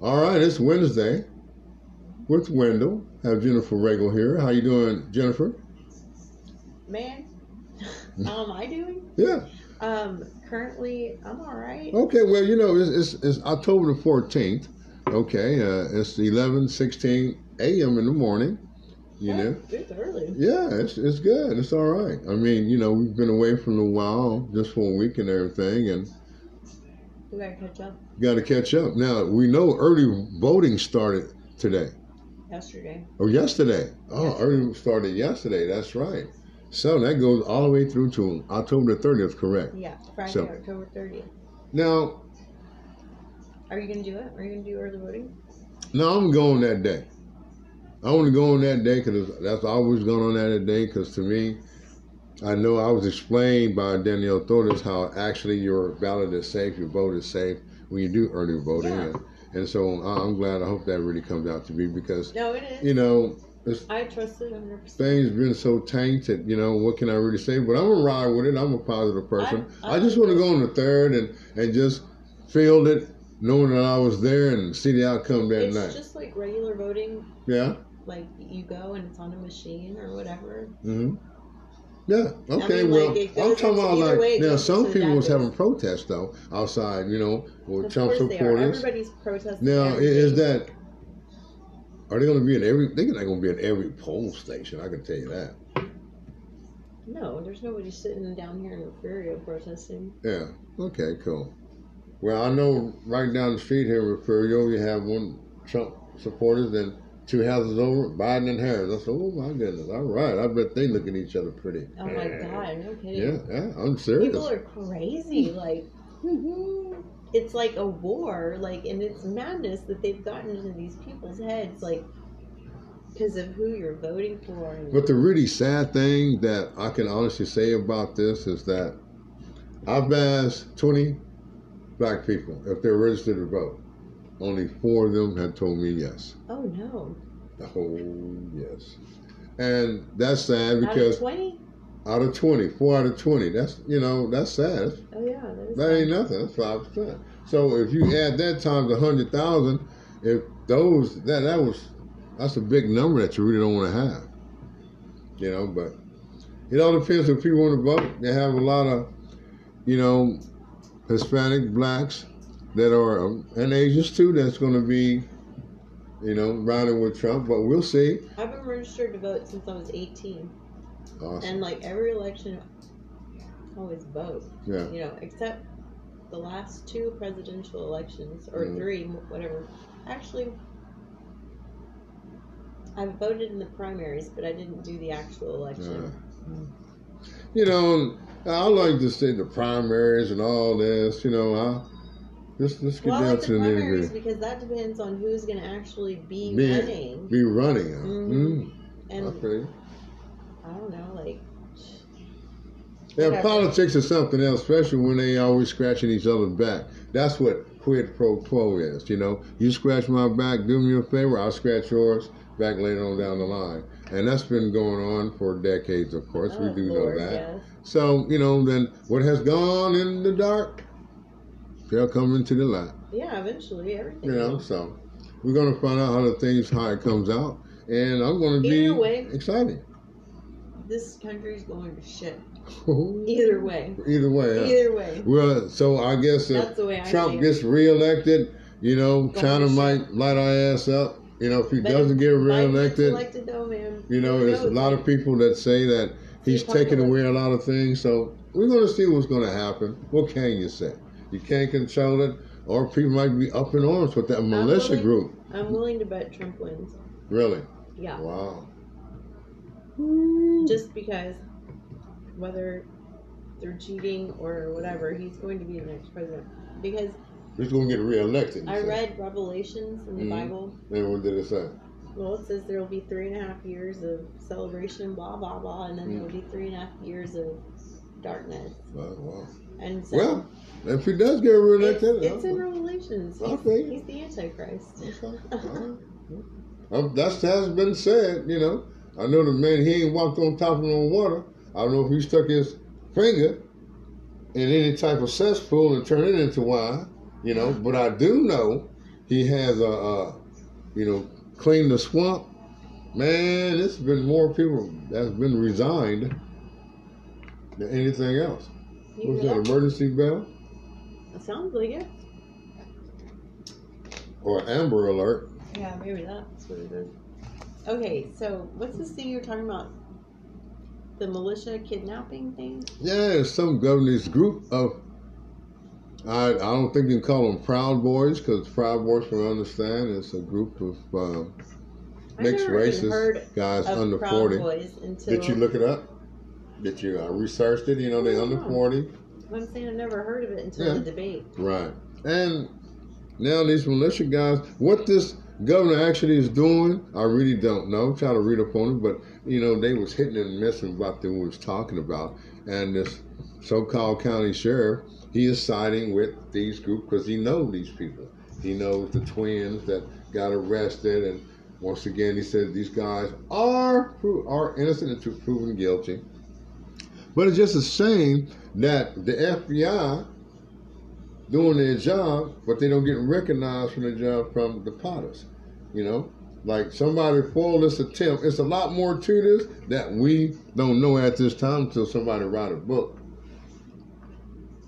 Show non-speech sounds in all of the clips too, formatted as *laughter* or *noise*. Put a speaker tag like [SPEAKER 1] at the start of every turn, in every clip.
[SPEAKER 1] All right, it's Wednesday with Wendell. Have Jennifer Regal here. How you doing, Jennifer?
[SPEAKER 2] Man, how am I doing?
[SPEAKER 1] Yeah.
[SPEAKER 2] Um, currently, I'm all right.
[SPEAKER 1] Okay. Well, you know, it's, it's, it's October the fourteenth. Okay. Uh, it's eleven sixteen a.m. in the morning. You
[SPEAKER 2] Yeah,
[SPEAKER 1] know.
[SPEAKER 2] Oh, It's early.
[SPEAKER 1] Yeah, it's it's good. It's all right. I mean, you know, we've been away for a little while, just for a week and everything, and
[SPEAKER 2] We gotta catch up.
[SPEAKER 1] got to catch up. Now we know early voting started today.
[SPEAKER 2] Yesterday.
[SPEAKER 1] Oh, yesterday. Oh, early started yesterday. That's right. So that goes all the way through to October the 30th, correct?
[SPEAKER 2] Yeah, Friday,
[SPEAKER 1] So-
[SPEAKER 2] October 30th.
[SPEAKER 1] Now,
[SPEAKER 2] Are you gonna do it? Are you gonna do early voting?
[SPEAKER 1] now I'm going that day. I want to go on that day because that's always going on that day. Because to me, I know I was explained by Danielle Torres how actually your ballot is safe, your vote is safe when you do early voting,
[SPEAKER 2] Yeah.
[SPEAKER 1] and, and so I- I'm glad. I hope that really comes out to be because
[SPEAKER 2] No, it is.
[SPEAKER 1] you know it's
[SPEAKER 2] I trust it 100%.
[SPEAKER 1] things been so tainted, you know, what can I really say? But I'm gonna ride with it. I'm a positive person.
[SPEAKER 2] I-
[SPEAKER 1] I,
[SPEAKER 2] I-
[SPEAKER 1] just want to go on the third and and just feel it, knowing that I was there and see the outcome that
[SPEAKER 2] It's
[SPEAKER 1] night.
[SPEAKER 2] just like regular voting,
[SPEAKER 1] yeah.
[SPEAKER 2] like you go and it's on a machine or whatever.
[SPEAKER 1] hmm Yeah. Okay.
[SPEAKER 2] mean,
[SPEAKER 1] well,
[SPEAKER 2] like, it
[SPEAKER 1] I'm
[SPEAKER 2] goes-
[SPEAKER 1] talking about
[SPEAKER 2] either
[SPEAKER 1] like
[SPEAKER 2] way, it
[SPEAKER 1] now.
[SPEAKER 2] goes
[SPEAKER 1] Some
[SPEAKER 2] to
[SPEAKER 1] people was
[SPEAKER 2] that
[SPEAKER 1] having protests though outside, you know, with
[SPEAKER 2] of
[SPEAKER 1] Trump
[SPEAKER 2] course they are.
[SPEAKER 1] supporters.
[SPEAKER 2] Everybody's protesting.
[SPEAKER 1] Now, i-
[SPEAKER 2] everything.
[SPEAKER 1] is that are they going to be in every? They're not going to be in every poll station. I can tell you that.
[SPEAKER 2] No, there's nobody sitting down here in Refurio protesting.
[SPEAKER 1] Yeah. Okay. Cool. Well, I know right down the street here in Refugio, you have one Trump supporters and two houses over, Biden and Harris. I said, oh my goodness, all right. I bet they look at each other pretty.
[SPEAKER 2] Oh my god, no kidding.
[SPEAKER 1] Yeah, yeah, I'm serious.
[SPEAKER 2] People are crazy. Like, *laughs* it's like a war. Like, and it's madness that they've gotten into these people's heads. Like, because of who you're voting for. And,
[SPEAKER 1] But the really sad thing that I can honestly say about this is that I've asked 20 black people if they're registered to vote. Only four of them have told me yes.
[SPEAKER 2] oh no,
[SPEAKER 1] Oh, yes. And that's sad
[SPEAKER 2] out of
[SPEAKER 1] because
[SPEAKER 2] twenty.
[SPEAKER 1] out of 20, four out of 20, that's, you know, that's sad.
[SPEAKER 2] Oh yeah, that is
[SPEAKER 1] That ain't nothing. That's 5%. So if you add that times 100,000, if those, that, that was, that's a big number that you really don't want to have. You know, but it all depends if people want to vote. They have a lot of, you know, Hispanic blacks that are, um, and Asians too, that's going to be, you know, riding with Trump, but we'll see.
[SPEAKER 2] I've been registered to vote since I was eighteen,
[SPEAKER 1] Awesome.
[SPEAKER 2] and like every election, I always vote.
[SPEAKER 1] Yeah.
[SPEAKER 2] You know, except the last two presidential elections or
[SPEAKER 1] Mhm.
[SPEAKER 2] three, whatever. Actually, I voted in the primaries, but I didn't do the actual election.
[SPEAKER 1] Mm-hmm. You know, I like to say the primaries and all this. You know, I let's let's get
[SPEAKER 2] well, I
[SPEAKER 1] down
[SPEAKER 2] like
[SPEAKER 1] to
[SPEAKER 2] the
[SPEAKER 1] the
[SPEAKER 2] primaries
[SPEAKER 1] nitty gritty.
[SPEAKER 2] because that depends on who's going to actually be
[SPEAKER 1] Be-
[SPEAKER 2] running.
[SPEAKER 1] Be running. Huh?
[SPEAKER 2] Mhm. And
[SPEAKER 1] Mm, okay.
[SPEAKER 2] I don't know, like
[SPEAKER 1] Yeah,
[SPEAKER 2] whatever.
[SPEAKER 1] politics is something else, especially when they always scratching each other's back. That's what quid pro quo is. You know, you scratch my back, do me a favor, I'll scratch yours back later on down the line. And that's been going on for decades, of course.
[SPEAKER 2] oh,
[SPEAKER 1] we do
[SPEAKER 2] Lord,
[SPEAKER 1] know that.
[SPEAKER 2] yes.
[SPEAKER 1] So, you know, then what has gone in the dark shall come into the light.
[SPEAKER 2] Yeah, eventually everything.
[SPEAKER 1] You know, so we're gonna find out how the things how it comes out, and I'm gonna be
[SPEAKER 2] Either way.
[SPEAKER 1] excited. *laughs*
[SPEAKER 2] This country's going to shit. Either way.
[SPEAKER 1] either way. huh?
[SPEAKER 2] Either way.
[SPEAKER 1] Well, so I guess if
[SPEAKER 2] That's the way I
[SPEAKER 1] Trump
[SPEAKER 2] see it.
[SPEAKER 1] gets reelected, you know,
[SPEAKER 2] Going
[SPEAKER 1] China
[SPEAKER 2] to
[SPEAKER 1] might light our ass up. You know, if he
[SPEAKER 2] But
[SPEAKER 1] doesn't
[SPEAKER 2] if
[SPEAKER 1] get
[SPEAKER 2] Biden gets
[SPEAKER 1] reelected,
[SPEAKER 2] elected though, man.
[SPEAKER 1] you know,
[SPEAKER 2] who
[SPEAKER 1] there's a
[SPEAKER 2] knows?
[SPEAKER 1] lot of people that say that he's
[SPEAKER 2] He's popular.
[SPEAKER 1] taking away a lot of things. So we're gonna see what's gonna happen. What can you say? You can't control it, or people might be up in arms with that militia
[SPEAKER 2] willing-
[SPEAKER 1] group.
[SPEAKER 2] I'm willing to bet Trump wins.
[SPEAKER 1] Really?
[SPEAKER 2] Yeah.
[SPEAKER 1] Wow.
[SPEAKER 2] Just because whether they're cheating or whatever, he's going to be the next president. Because
[SPEAKER 1] He's gonna get reelected. you
[SPEAKER 2] I
[SPEAKER 1] say.
[SPEAKER 2] read Revelations in the
[SPEAKER 1] Mhm.
[SPEAKER 2] Bible.
[SPEAKER 1] And what did it say?
[SPEAKER 2] Well, it says there will be three and a half years of celebration, blah, blah, blah, and then there
[SPEAKER 1] Mm.
[SPEAKER 2] will be three and a half years of darkness.
[SPEAKER 1] Wow. wow.
[SPEAKER 2] And so
[SPEAKER 1] Well, if he does get
[SPEAKER 2] it's,
[SPEAKER 1] reelected, uh,
[SPEAKER 2] it's in
[SPEAKER 1] okay.
[SPEAKER 2] Revelations. He's,
[SPEAKER 1] Okay.
[SPEAKER 2] he's the Antichrist. *laughs*
[SPEAKER 1] Okay, all right. Um, Uh-huh. that's has been said. You know, I know the man. He ain't walked on top of no water. I don't know if he stuck his finger in any type of cesspool and turned it into wine. You know, but I do know he has a, uh you know clean the swamp. Man, it's been more people that's been resigned than anything else.
[SPEAKER 2] You
[SPEAKER 1] What's
[SPEAKER 2] hear
[SPEAKER 1] that emergency bell
[SPEAKER 2] That sounds like it.
[SPEAKER 1] or an Amber Alert?
[SPEAKER 2] Yeah, maybe that's what it is. Okay, so what's this thing you're talking about? The militia kidnapping thing?
[SPEAKER 1] Yeah, it's some governance group of. I, I don't think you can call them Proud Boys because Proud Boys, from what I understand, it's a group of um,
[SPEAKER 2] I've
[SPEAKER 1] mixed
[SPEAKER 2] never even
[SPEAKER 1] races
[SPEAKER 2] heard
[SPEAKER 1] guys
[SPEAKER 2] of
[SPEAKER 1] under
[SPEAKER 2] Proud
[SPEAKER 1] 40.
[SPEAKER 2] Boys until
[SPEAKER 1] Did you look it up? Did you uh, researched it? You know, they under
[SPEAKER 2] No.
[SPEAKER 1] 40.
[SPEAKER 2] I'm saying I've never heard of it until
[SPEAKER 1] Yeah.
[SPEAKER 2] the debate.
[SPEAKER 1] Right. And now these militia guys, what this governor actually is doing, I really don't know. Try to read up on it, but you know they was hitting and missing about they was talking about, and this so-called county sheriff, he is siding with these group because he knows these people. He knows the twins that got arrested, and once again he says these guys are pro- are innocent until proven guilty. But it's just a shame that the FBI doing their job, but they don't get recognized for their job from the potters. You know, like somebody foiled this attempt. It's a lot more to this that we don't know at this time until somebody write a book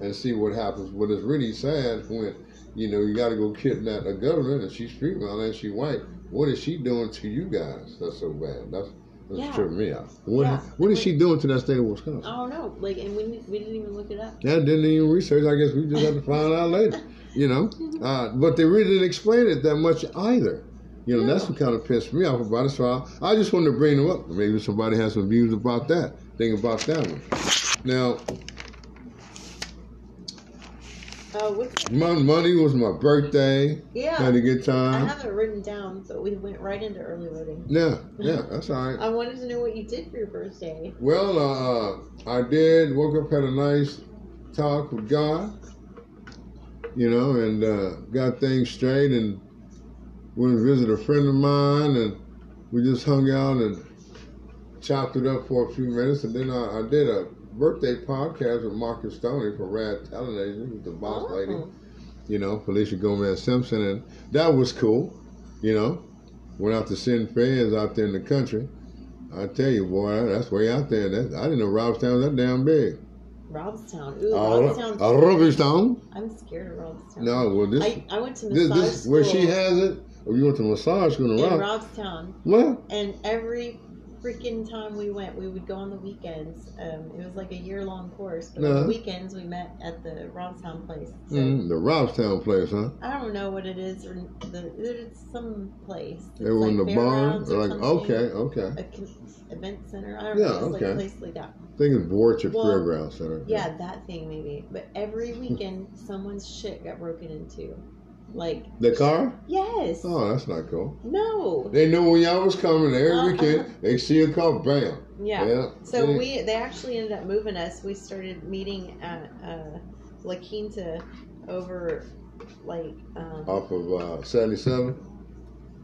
[SPEAKER 1] and see what happens. But it's really sad when you know you got to go kidnap a governor and she's female and she white. What is she doing to you guys? That's so bad. That's that's
[SPEAKER 2] Yeah.
[SPEAKER 1] tripping me out. What
[SPEAKER 2] Yeah.
[SPEAKER 1] what is she doing to that state of Wisconsin?
[SPEAKER 2] I don't know. Oh, Like, and we, we didn't even look it up.
[SPEAKER 1] Yeah, didn't even research. I guess we just have to find out later. You know, uh, but they really didn't explain it that much either. You know, that's what kind of pissed me off about it. So I, I just wanted to bring them up. Maybe somebody has some views about that. Think about that one. Now,
[SPEAKER 2] Oh, what's
[SPEAKER 1] my money was my birthday. Had
[SPEAKER 2] Yeah. Uh-huh.
[SPEAKER 1] a good
[SPEAKER 2] I
[SPEAKER 1] time.
[SPEAKER 2] have it written down, but we went right into early voting.
[SPEAKER 1] Yeah, yeah, that's all right.
[SPEAKER 2] I wanted to know what you did for your birthday.
[SPEAKER 1] Well, uh, I did. Woke up, had a nice talk with God, you know, and uh, got things straight, and went and visited a friend of mine, and we just hung out and chopped it up for a few minutes, and then I, I did a birthday podcast with Marcus Stoney for Rad Television, who's the boss
[SPEAKER 2] Oh.
[SPEAKER 1] lady, you know, Felicia Gomez Simpson, and that was cool, you know. Went out to send fans out there in the country. I tell you, boy, that's way out there. That, I didn't know Robstown was that damn big.
[SPEAKER 2] Robstown. Ooh,
[SPEAKER 1] Uh,
[SPEAKER 2] Robstown.
[SPEAKER 1] Robstown?
[SPEAKER 2] I'm scared of Robstown.
[SPEAKER 1] No, well, this,
[SPEAKER 2] I, I went to
[SPEAKER 1] this,
[SPEAKER 2] massage
[SPEAKER 1] this
[SPEAKER 2] school
[SPEAKER 1] where she has it. Oh, you went to massage school
[SPEAKER 2] in
[SPEAKER 1] in Rob?
[SPEAKER 2] Robstown,
[SPEAKER 1] What?
[SPEAKER 2] and every freaking time we went, we would go on the weekends. Um, it was like a year long course, but on
[SPEAKER 1] Uh-huh.
[SPEAKER 2] the weekends we met at the Robstown place. So
[SPEAKER 1] Mm, the Robstown place, huh?
[SPEAKER 2] I don't know what it is, or the it's some place. It's
[SPEAKER 1] They were in the
[SPEAKER 2] like
[SPEAKER 1] barn.
[SPEAKER 2] fairgrounds or
[SPEAKER 1] Like,
[SPEAKER 2] something,
[SPEAKER 1] okay, okay.
[SPEAKER 2] A con- event center. I don't
[SPEAKER 1] Yeah,
[SPEAKER 2] know. It's like
[SPEAKER 1] okay.
[SPEAKER 2] a place like that.
[SPEAKER 1] I think it's Borchard
[SPEAKER 2] Well,
[SPEAKER 1] Fairground Center.
[SPEAKER 2] Yeah, that thing maybe. But
[SPEAKER 1] *laughs*
[SPEAKER 2] every weekend, someone's shit got broken into. Like,
[SPEAKER 1] The car?
[SPEAKER 2] yes.
[SPEAKER 1] Oh, that's not cool.
[SPEAKER 2] No.
[SPEAKER 1] They knew when y'all was coming every
[SPEAKER 2] Uh-huh.
[SPEAKER 1] weekend. They see a car, bam.
[SPEAKER 2] Yeah.
[SPEAKER 1] Yeah.
[SPEAKER 2] So
[SPEAKER 1] Yeah.
[SPEAKER 2] we they actually ended up moving us. We started meeting at uh, La Quinta over like um,
[SPEAKER 1] Off of uh, 77.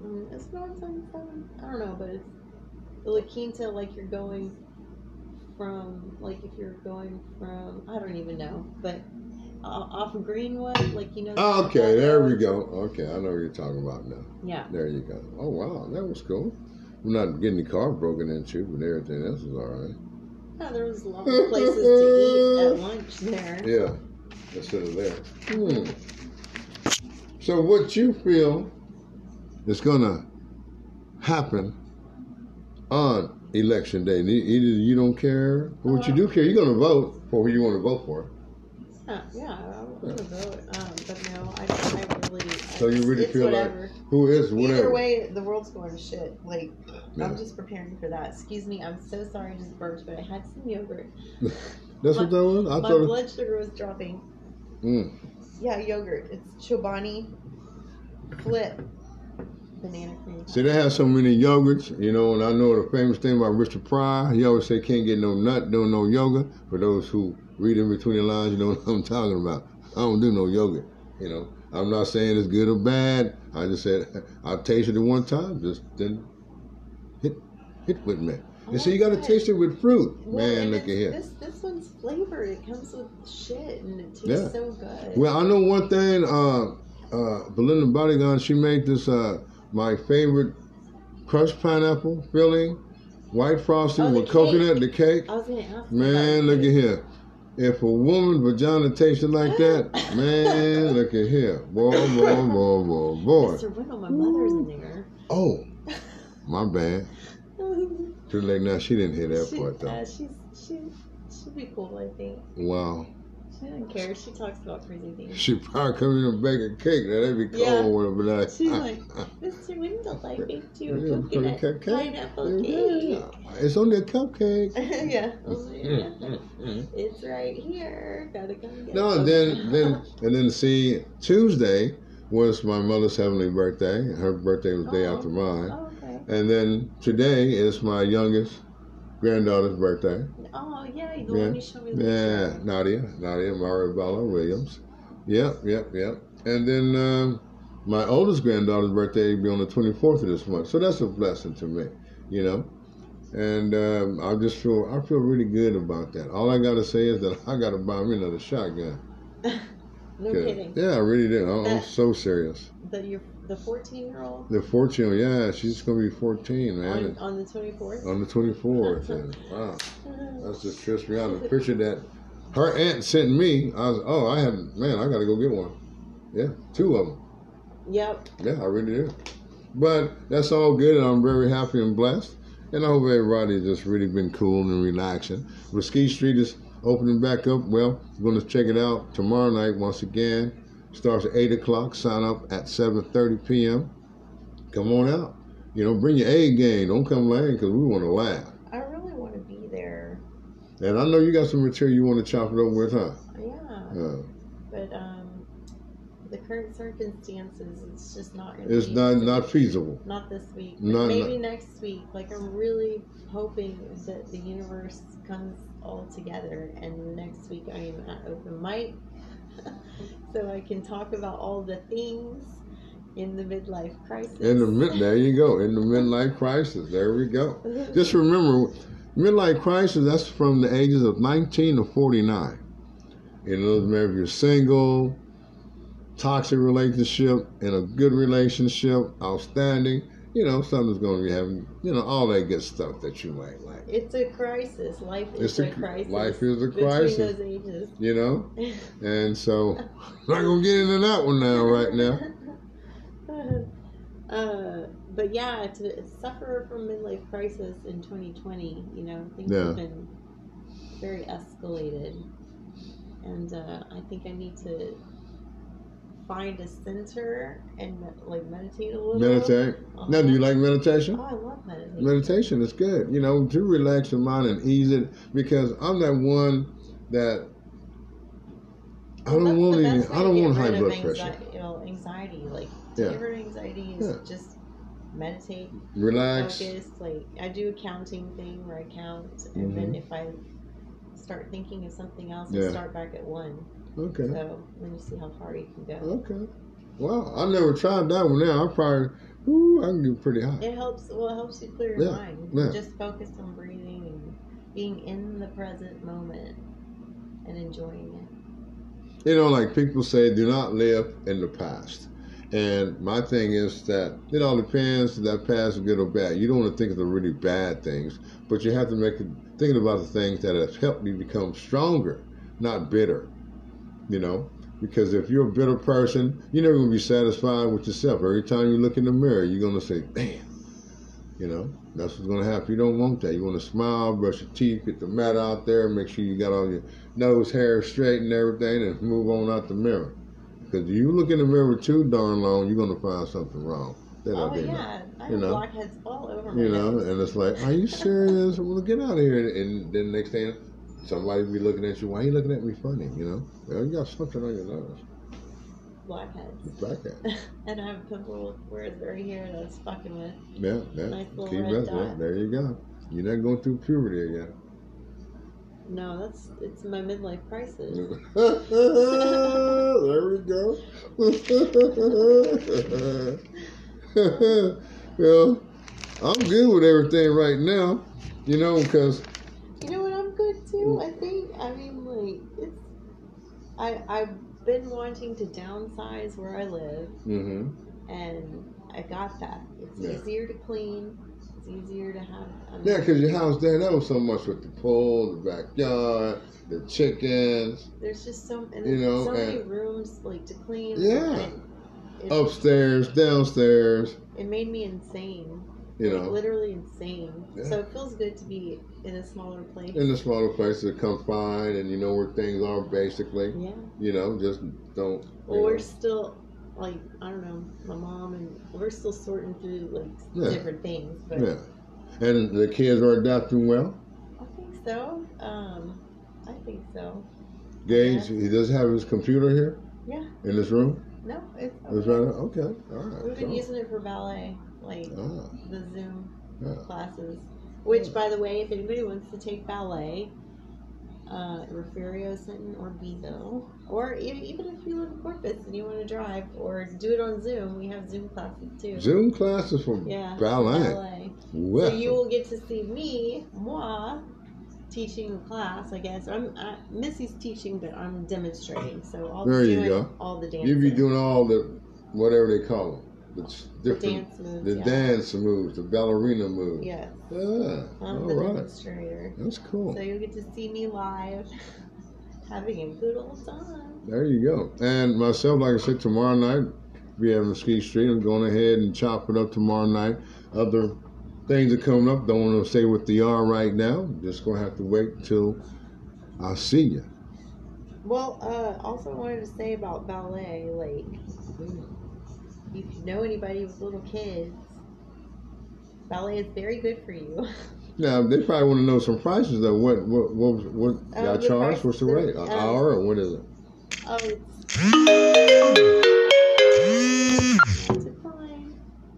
[SPEAKER 2] mm, it's not seventy seven. I don't know, but it's the La Quinta like you're going from like if you're going from I don't even know, but uh, off of Greenwood, like you know.
[SPEAKER 1] Oh, okay, there we go. Okay, I know what you're talking about now.
[SPEAKER 2] Yeah.
[SPEAKER 1] There you go. Oh wow, that was cool. I'm not getting the car broken into, but everything else is all right.
[SPEAKER 2] Yeah, there was a
[SPEAKER 1] *laughs*
[SPEAKER 2] lot of places to eat at lunch there.
[SPEAKER 1] Yeah, instead of there. Hmm. So what you feel is gonna happen on election day? E- Either you don't care, or what you do care, you're gonna vote for who you want to vote for.
[SPEAKER 2] Huh, yeah, I want to vote, um, but no, I, I really.
[SPEAKER 1] So you really
[SPEAKER 2] it's
[SPEAKER 1] feel like
[SPEAKER 2] whatever.
[SPEAKER 1] Who is
[SPEAKER 2] Either
[SPEAKER 1] whatever?
[SPEAKER 2] way, the world's going to shit. Like,
[SPEAKER 1] Yeah.
[SPEAKER 2] I'm just preparing for that. Excuse me, I'm so sorry I just burped, but I had some yogurt.
[SPEAKER 1] That's what that was. I
[SPEAKER 2] My
[SPEAKER 1] thought.
[SPEAKER 2] blood sugar was dropping.
[SPEAKER 1] It, mm,
[SPEAKER 2] Yeah, yogurt. It's Chobani Flip Banana Cream.
[SPEAKER 1] See, they have so many yogurts, you know, and I know the famous thing about Richard Pryor. He always say can't get no nut, don't no yoga. For those who read in between the lines, you know *laughs* what I'm talking about. I don't do no yoga, you know. I'm not saying it's good or bad. I just said *laughs* I tasted it one time, just didn't hit hit with me. And so you got to
[SPEAKER 2] Okay.
[SPEAKER 1] taste it with fruit,
[SPEAKER 2] Well,
[SPEAKER 1] man.
[SPEAKER 2] and
[SPEAKER 1] Look at
[SPEAKER 2] it's-
[SPEAKER 1] here.
[SPEAKER 2] This, this one's flavored. It comes with shit, and it tastes
[SPEAKER 1] Yeah.
[SPEAKER 2] so good.
[SPEAKER 1] Well, I know one thing. Uh, uh, Belinda Bodygon, she made this uh, my favorite crushed pineapple filling, white frosting
[SPEAKER 2] Oh, the Oh,
[SPEAKER 1] with coconut, the cake.
[SPEAKER 2] I was gonna ask.
[SPEAKER 1] Man, look at here. If a woman vagina tasted like
[SPEAKER 2] *laughs*
[SPEAKER 1] that, man, look at here. Boy, boy, boy, boy, boy.
[SPEAKER 2] Mr. Wendell, my mother's in there.
[SPEAKER 1] Oh, my bad. Too late now. She didn't hear *laughs* that
[SPEAKER 2] she,
[SPEAKER 1] part
[SPEAKER 2] uh,
[SPEAKER 1] though.
[SPEAKER 2] she's she she'll be cool. I think
[SPEAKER 1] Wow. *laughs*
[SPEAKER 2] she doesn't care. She talks about crazy things.
[SPEAKER 1] She probably come in and bake a cake. Now that'd be cold
[SPEAKER 2] Yeah.
[SPEAKER 1] with a banana.
[SPEAKER 2] She's like,
[SPEAKER 1] *laughs*
[SPEAKER 2] Mr. Wendell, I baked you
[SPEAKER 1] Yeah,
[SPEAKER 2] a coconut
[SPEAKER 1] cupcake.
[SPEAKER 2] pineapple cake.
[SPEAKER 1] Yeah. It's only a cupcake.
[SPEAKER 2] *laughs* yeah.
[SPEAKER 1] Mm, mm, mm.
[SPEAKER 2] It's right here. Gotta come get
[SPEAKER 1] No,
[SPEAKER 2] it.
[SPEAKER 1] and then then and then see Tuesday was my mother's heavenly birthday. Her birthday was the day
[SPEAKER 2] Oh.
[SPEAKER 1] after mine.
[SPEAKER 2] *laughs* Oh, okay.
[SPEAKER 1] And then today is my youngest granddaughter's birthday.
[SPEAKER 2] Oh, yeah. The
[SPEAKER 1] Yeah.
[SPEAKER 2] one you showed me. the
[SPEAKER 1] Yeah,
[SPEAKER 2] picture.
[SPEAKER 1] Nadia, Nadia Maribala Williams. Yep, yep, yep. And then um, my oldest granddaughter's birthday will be on the 24th of this month. So that's a blessing to me, you know. And um, I just feel I feel really good about that. All I gotta say is that *laughs* I gotta buy me another shotgun.
[SPEAKER 2] *laughs* No
[SPEAKER 1] 'Cause-
[SPEAKER 2] kidding.
[SPEAKER 1] Yeah, I really do. I'm, I'm
[SPEAKER 2] That-
[SPEAKER 1] so serious.
[SPEAKER 2] The your the 14 year old
[SPEAKER 1] The 14, yeah, she's gonna be 14, man.
[SPEAKER 2] on, on the 24th.
[SPEAKER 1] on the 24th. and wow, that's just trips me out. The picture that her aunt sent me, I was, oh, I had, man, I got to go get one. Yeah, two of them.
[SPEAKER 2] *laughs* Yep.
[SPEAKER 1] Yeah, I really do. But that's all good, and I'm very happy and blessed. And I hope everybody's just really been cool and relaxing. Mesquite Street is opening back up. Well, we're going to check it out tomorrow night once again. Starts at 8 o'clock. Sign up at 7.30 p.m. Come on out. You know, bring your A game. Don't come lame because we want to laugh.
[SPEAKER 2] I really want to be there.
[SPEAKER 1] And I know you got some material you want to chop it up with, huh?
[SPEAKER 2] Yeah.
[SPEAKER 1] Uh,
[SPEAKER 2] But um, the current circumstances, it's just not. Gonna
[SPEAKER 1] it's
[SPEAKER 2] be
[SPEAKER 1] not not feasible.
[SPEAKER 2] Not this week. but
[SPEAKER 1] Not-
[SPEAKER 2] maybe next week. Like I'm really hoping that the universe comes all together, and next week I am at open mic, *laughs* so I can talk about all the things in the midlife crisis.
[SPEAKER 1] In the mid, there you go. In the midlife crisis, there we go.
[SPEAKER 2] *laughs*
[SPEAKER 1] Just remember, midlife crisis. That's from the ages of 19 to 49. It doesn't matter if you're single, toxic relationship, in a good relationship, outstanding. You know, something's going to be having. You know, all that good stuff that you might like.
[SPEAKER 2] it's a crisis. Life
[SPEAKER 1] It's
[SPEAKER 2] is a,
[SPEAKER 1] a-
[SPEAKER 2] crisis.
[SPEAKER 1] life is a crisis.
[SPEAKER 2] between those
[SPEAKER 1] You know.
[SPEAKER 2] ages. *laughs*
[SPEAKER 1] And so, *laughs* not gonna get into that one now, right now.
[SPEAKER 2] *laughs* Uh, but yeah, to suffer from midlife crisis in 2020, you know, things
[SPEAKER 1] Yeah.
[SPEAKER 2] have been very escalated, and uh, I think I need to find a center and like meditate a little. Uh-huh.
[SPEAKER 1] Meditate. Now, do you like meditation?
[SPEAKER 2] Oh, I love meditation.
[SPEAKER 1] Meditation is good, you know, to relax your mind and ease it. Because I'm that one that I
[SPEAKER 2] Well,
[SPEAKER 1] don't
[SPEAKER 2] that's
[SPEAKER 1] want
[SPEAKER 2] the
[SPEAKER 1] any,
[SPEAKER 2] best way
[SPEAKER 1] I
[SPEAKER 2] to
[SPEAKER 1] don't
[SPEAKER 2] get
[SPEAKER 1] want
[SPEAKER 2] rid
[SPEAKER 1] high
[SPEAKER 2] of
[SPEAKER 1] blood
[SPEAKER 2] anxi-
[SPEAKER 1] pressure.
[SPEAKER 2] You know, anxiety, like to
[SPEAKER 1] Yeah.
[SPEAKER 2] get rid of anxiety is
[SPEAKER 1] Yeah.
[SPEAKER 2] just meditate,
[SPEAKER 1] Relax.
[SPEAKER 2] focus. Like I do a counting thing where I count, and then if I start thinking of something else,
[SPEAKER 1] Mm-hmm. Yeah.
[SPEAKER 2] I start back at one.
[SPEAKER 1] Okay.
[SPEAKER 2] So then you see how far you can go.
[SPEAKER 1] Okay. Wow, I never tried that one. Now I probably, ooh, I can get pretty high.
[SPEAKER 2] It helps. Well, it helps you clear your
[SPEAKER 1] Yeah,
[SPEAKER 2] mind.
[SPEAKER 1] yeah.
[SPEAKER 2] Just focus on breathing and being in the present moment and enjoying it.
[SPEAKER 1] You know, like people say, do not live in the past. And my thing is that it all depends if that past is good or bad. You don't want to think of the really bad things, but you have to make it thinking about the things that have helped you become stronger, not bitter. You know, because if you're a bitter person, you're never going to be satisfied with yourself. Every time you look in the mirror, you're going to say, damn. You know, that's what's going to happen. You don't want that. You want to smile, brush your teeth, get the mat out there, make sure you got all your nose hair straight and everything and move on out the mirror. Because you look in the mirror too darn long, you're going to find something wrong. That I
[SPEAKER 2] Oh
[SPEAKER 1] did not.
[SPEAKER 2] yeah, I
[SPEAKER 1] you
[SPEAKER 2] have
[SPEAKER 1] know.
[SPEAKER 2] blackheads all over my
[SPEAKER 1] You know,
[SPEAKER 2] nose.
[SPEAKER 1] and it's like, are you serious? well, get out of here. And then next thing, somebody be looking at you. Why you looking at me funny? You know, well, you got something on your nose.
[SPEAKER 2] Blackheads. *laughs*
[SPEAKER 1] It's Back at.
[SPEAKER 2] And I have a pimple where it's right here that's fucking with.
[SPEAKER 1] Yeah, yeah.
[SPEAKER 2] Nice little
[SPEAKER 1] Keep
[SPEAKER 2] red
[SPEAKER 1] messing. with it.
[SPEAKER 2] dot.
[SPEAKER 1] There you go. You're not going through puberty again. *laughs*
[SPEAKER 2] No, that's it's my midlife crisis.
[SPEAKER 1] there we go. *laughs* well, I'm good with everything right now. You know, because Mm.
[SPEAKER 2] You know what? I'm good too. I think. I mean, like it's. I I've been wanting to downsize where I live,
[SPEAKER 1] Mm-hmm.
[SPEAKER 2] and I got that. It's
[SPEAKER 1] Yeah.
[SPEAKER 2] easier to clean. It's easier to have. I mean,
[SPEAKER 1] Yeah, because your house there, that was so much with the pool, the backyard, the chickens,
[SPEAKER 2] there's just so and
[SPEAKER 1] You know,
[SPEAKER 2] so many
[SPEAKER 1] and-
[SPEAKER 2] rooms like to clean.
[SPEAKER 1] Yeah. Oh.
[SPEAKER 2] and It, it,
[SPEAKER 1] upstairs, downstairs,
[SPEAKER 2] it made me insane.
[SPEAKER 1] you
[SPEAKER 2] like,
[SPEAKER 1] know,
[SPEAKER 2] literally insane.
[SPEAKER 1] Yeah.
[SPEAKER 2] So it feels good to be in a smaller place.
[SPEAKER 1] in the smaller places, confined, and you know where things are basically.
[SPEAKER 2] yeah.
[SPEAKER 1] You know, just don't.
[SPEAKER 2] Well,
[SPEAKER 1] You
[SPEAKER 2] we're
[SPEAKER 1] know,
[SPEAKER 2] still like I don't know, my mom and we're still sorting through like
[SPEAKER 1] Yeah.
[SPEAKER 2] different things, but
[SPEAKER 1] yeah. And the kids are adapting well.
[SPEAKER 2] I think so. Um, I think so.
[SPEAKER 1] Gage, he does have his computer here
[SPEAKER 2] Yeah.
[SPEAKER 1] in this room.
[SPEAKER 2] No, it's
[SPEAKER 1] It's right there? Okay. All right.
[SPEAKER 2] we've been
[SPEAKER 1] so-
[SPEAKER 2] using it for ballet, like
[SPEAKER 1] ah,
[SPEAKER 2] the Zoom
[SPEAKER 1] yeah.
[SPEAKER 2] classes. Which, by the way, if anybody wants to take ballet, uh, Refugio Sinton or Bevo, or e- even if you live in Corpus and you want to drive or do it on Zoom, we have Zoom classes too.
[SPEAKER 1] Zoom classes for
[SPEAKER 2] Yeah,
[SPEAKER 1] ballet.
[SPEAKER 2] ballet.
[SPEAKER 1] Well,
[SPEAKER 2] So you will get to see me, moi, teaching the class. I guess I'm I, Missy's teaching, but I'm demonstrating. So all
[SPEAKER 1] There
[SPEAKER 2] the
[SPEAKER 1] you
[SPEAKER 2] doing,
[SPEAKER 1] go.
[SPEAKER 2] all the dancing,
[SPEAKER 1] you be doing all the whatever they call them, the s-
[SPEAKER 2] the
[SPEAKER 1] different
[SPEAKER 2] dance moves.
[SPEAKER 1] The
[SPEAKER 2] yeah.
[SPEAKER 1] dance moves, the ballerina moves.
[SPEAKER 2] Yes,
[SPEAKER 1] Yeah.
[SPEAKER 2] I'm
[SPEAKER 1] All
[SPEAKER 2] the
[SPEAKER 1] right.
[SPEAKER 2] demonstrator.
[SPEAKER 1] That's cool.
[SPEAKER 2] So you'll get to see me live, *laughs* having a good old time.
[SPEAKER 1] There you go. And myself, like I said, tomorrow night, we have Mesquite Street. I'm going ahead and chop it up tomorrow night. Other things are coming up. Don't want to say what they are right now. Just going to have to wait till I see you.
[SPEAKER 2] Well, uh, also wanted to say about ballet, like if you know anybody with little kids, ballet is very good for you. *laughs*
[SPEAKER 1] Now, they probably want to know some prices, though. What what what, what y'all
[SPEAKER 2] the
[SPEAKER 1] charge?
[SPEAKER 2] Uh, price-
[SPEAKER 1] What's the
[SPEAKER 2] the-
[SPEAKER 1] rate? An
[SPEAKER 2] um,
[SPEAKER 1] hour or what is it?
[SPEAKER 2] Oh, it's. It's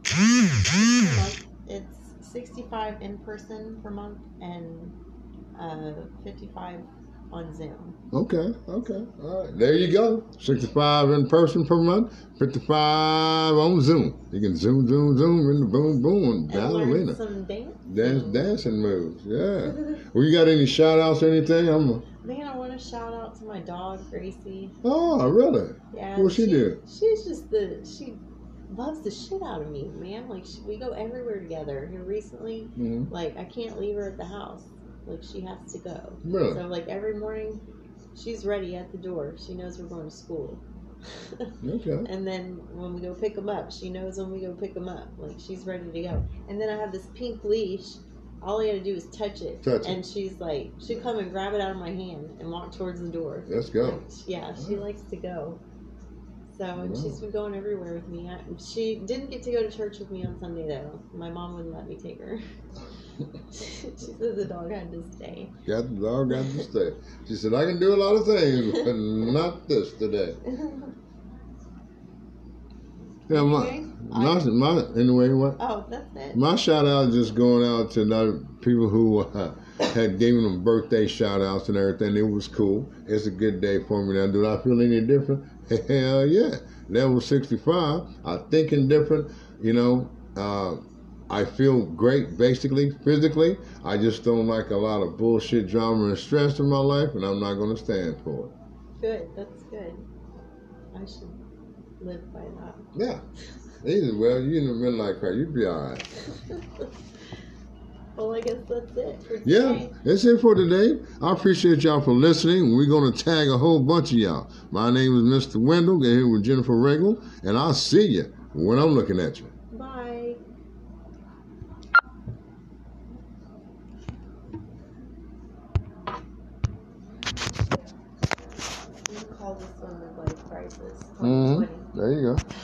[SPEAKER 2] fine. It's 65 in person per month and uh, 55 on Zoom.
[SPEAKER 1] Okay, okay. All right. There you go. 65 in person per month, 55 on Zoom. You can zoom, zoom, zoom, and boom, boom,
[SPEAKER 2] And learn
[SPEAKER 1] ballerina.
[SPEAKER 2] some dance.
[SPEAKER 1] Dance, dancing moves. Yeah. Well, you got any shout outs or anything? I'm a,
[SPEAKER 2] *laughs* Man, I want to shout out to my dog Gracie.
[SPEAKER 1] oh, really?
[SPEAKER 2] Yeah,
[SPEAKER 1] What'd she do?
[SPEAKER 2] She's just the she loves the shit out of me, man. Like she, we go everywhere together. Here recently,
[SPEAKER 1] hmm
[SPEAKER 2] like I can't leave her at the house. Like she has to go.
[SPEAKER 1] Really?
[SPEAKER 2] So like every morning, she's ready at the door. She knows we're going to school. *laughs*
[SPEAKER 1] Okay.
[SPEAKER 2] and then when we go pick them up, she knows when we go pick them up. Like she's ready to go. And then I have this pink leash. All I got to do is touch it,
[SPEAKER 1] Touch it.
[SPEAKER 2] and she's like, she'll come and grab it out of my hand and walk towards the door.
[SPEAKER 1] Let's go.
[SPEAKER 2] Yeah, she likes to go. So and
[SPEAKER 1] Wow.
[SPEAKER 2] she's been going everywhere with me. I, she didn't get to go to church with me on Sunday though. My mom wouldn't let me take her. *laughs* she said the dog had to stay. *laughs*
[SPEAKER 1] Got the dog, got to stay. She said, I can do a lot of things, but not this today. Yeah, my,
[SPEAKER 2] Okay.
[SPEAKER 1] my, my, anyway, what?
[SPEAKER 2] oh, that's it.
[SPEAKER 1] My shout out is just going out to the people who uh, had given them birthday shout outs and everything. It was cool. It's a good day for me now. Do I feel any different? *laughs* Hell yeah. Level 65. I'm thinking different. You know, uh, I feel great basically, physically. I just don't like a lot of bullshit, drama, and stress in my life, and I'm not going to stand for it.
[SPEAKER 2] Good. That's good. I should live by that.
[SPEAKER 1] Yeah. Either well, you didn't been like her. You'd be all right.
[SPEAKER 2] *laughs* well, I guess that's it for
[SPEAKER 1] Yeah,
[SPEAKER 2] today.
[SPEAKER 1] that's it for today. I appreciate y'all for listening. We're going to tag a whole bunch of y'all. My name is Mr. Wendell. Get here with Jennifer Regal, and I'll see you when I'm looking at you.
[SPEAKER 2] Bye. I'm gonna call this one the like crisis.
[SPEAKER 1] Mhm.
[SPEAKER 2] 2020.
[SPEAKER 1] Mm-hmm. There you go.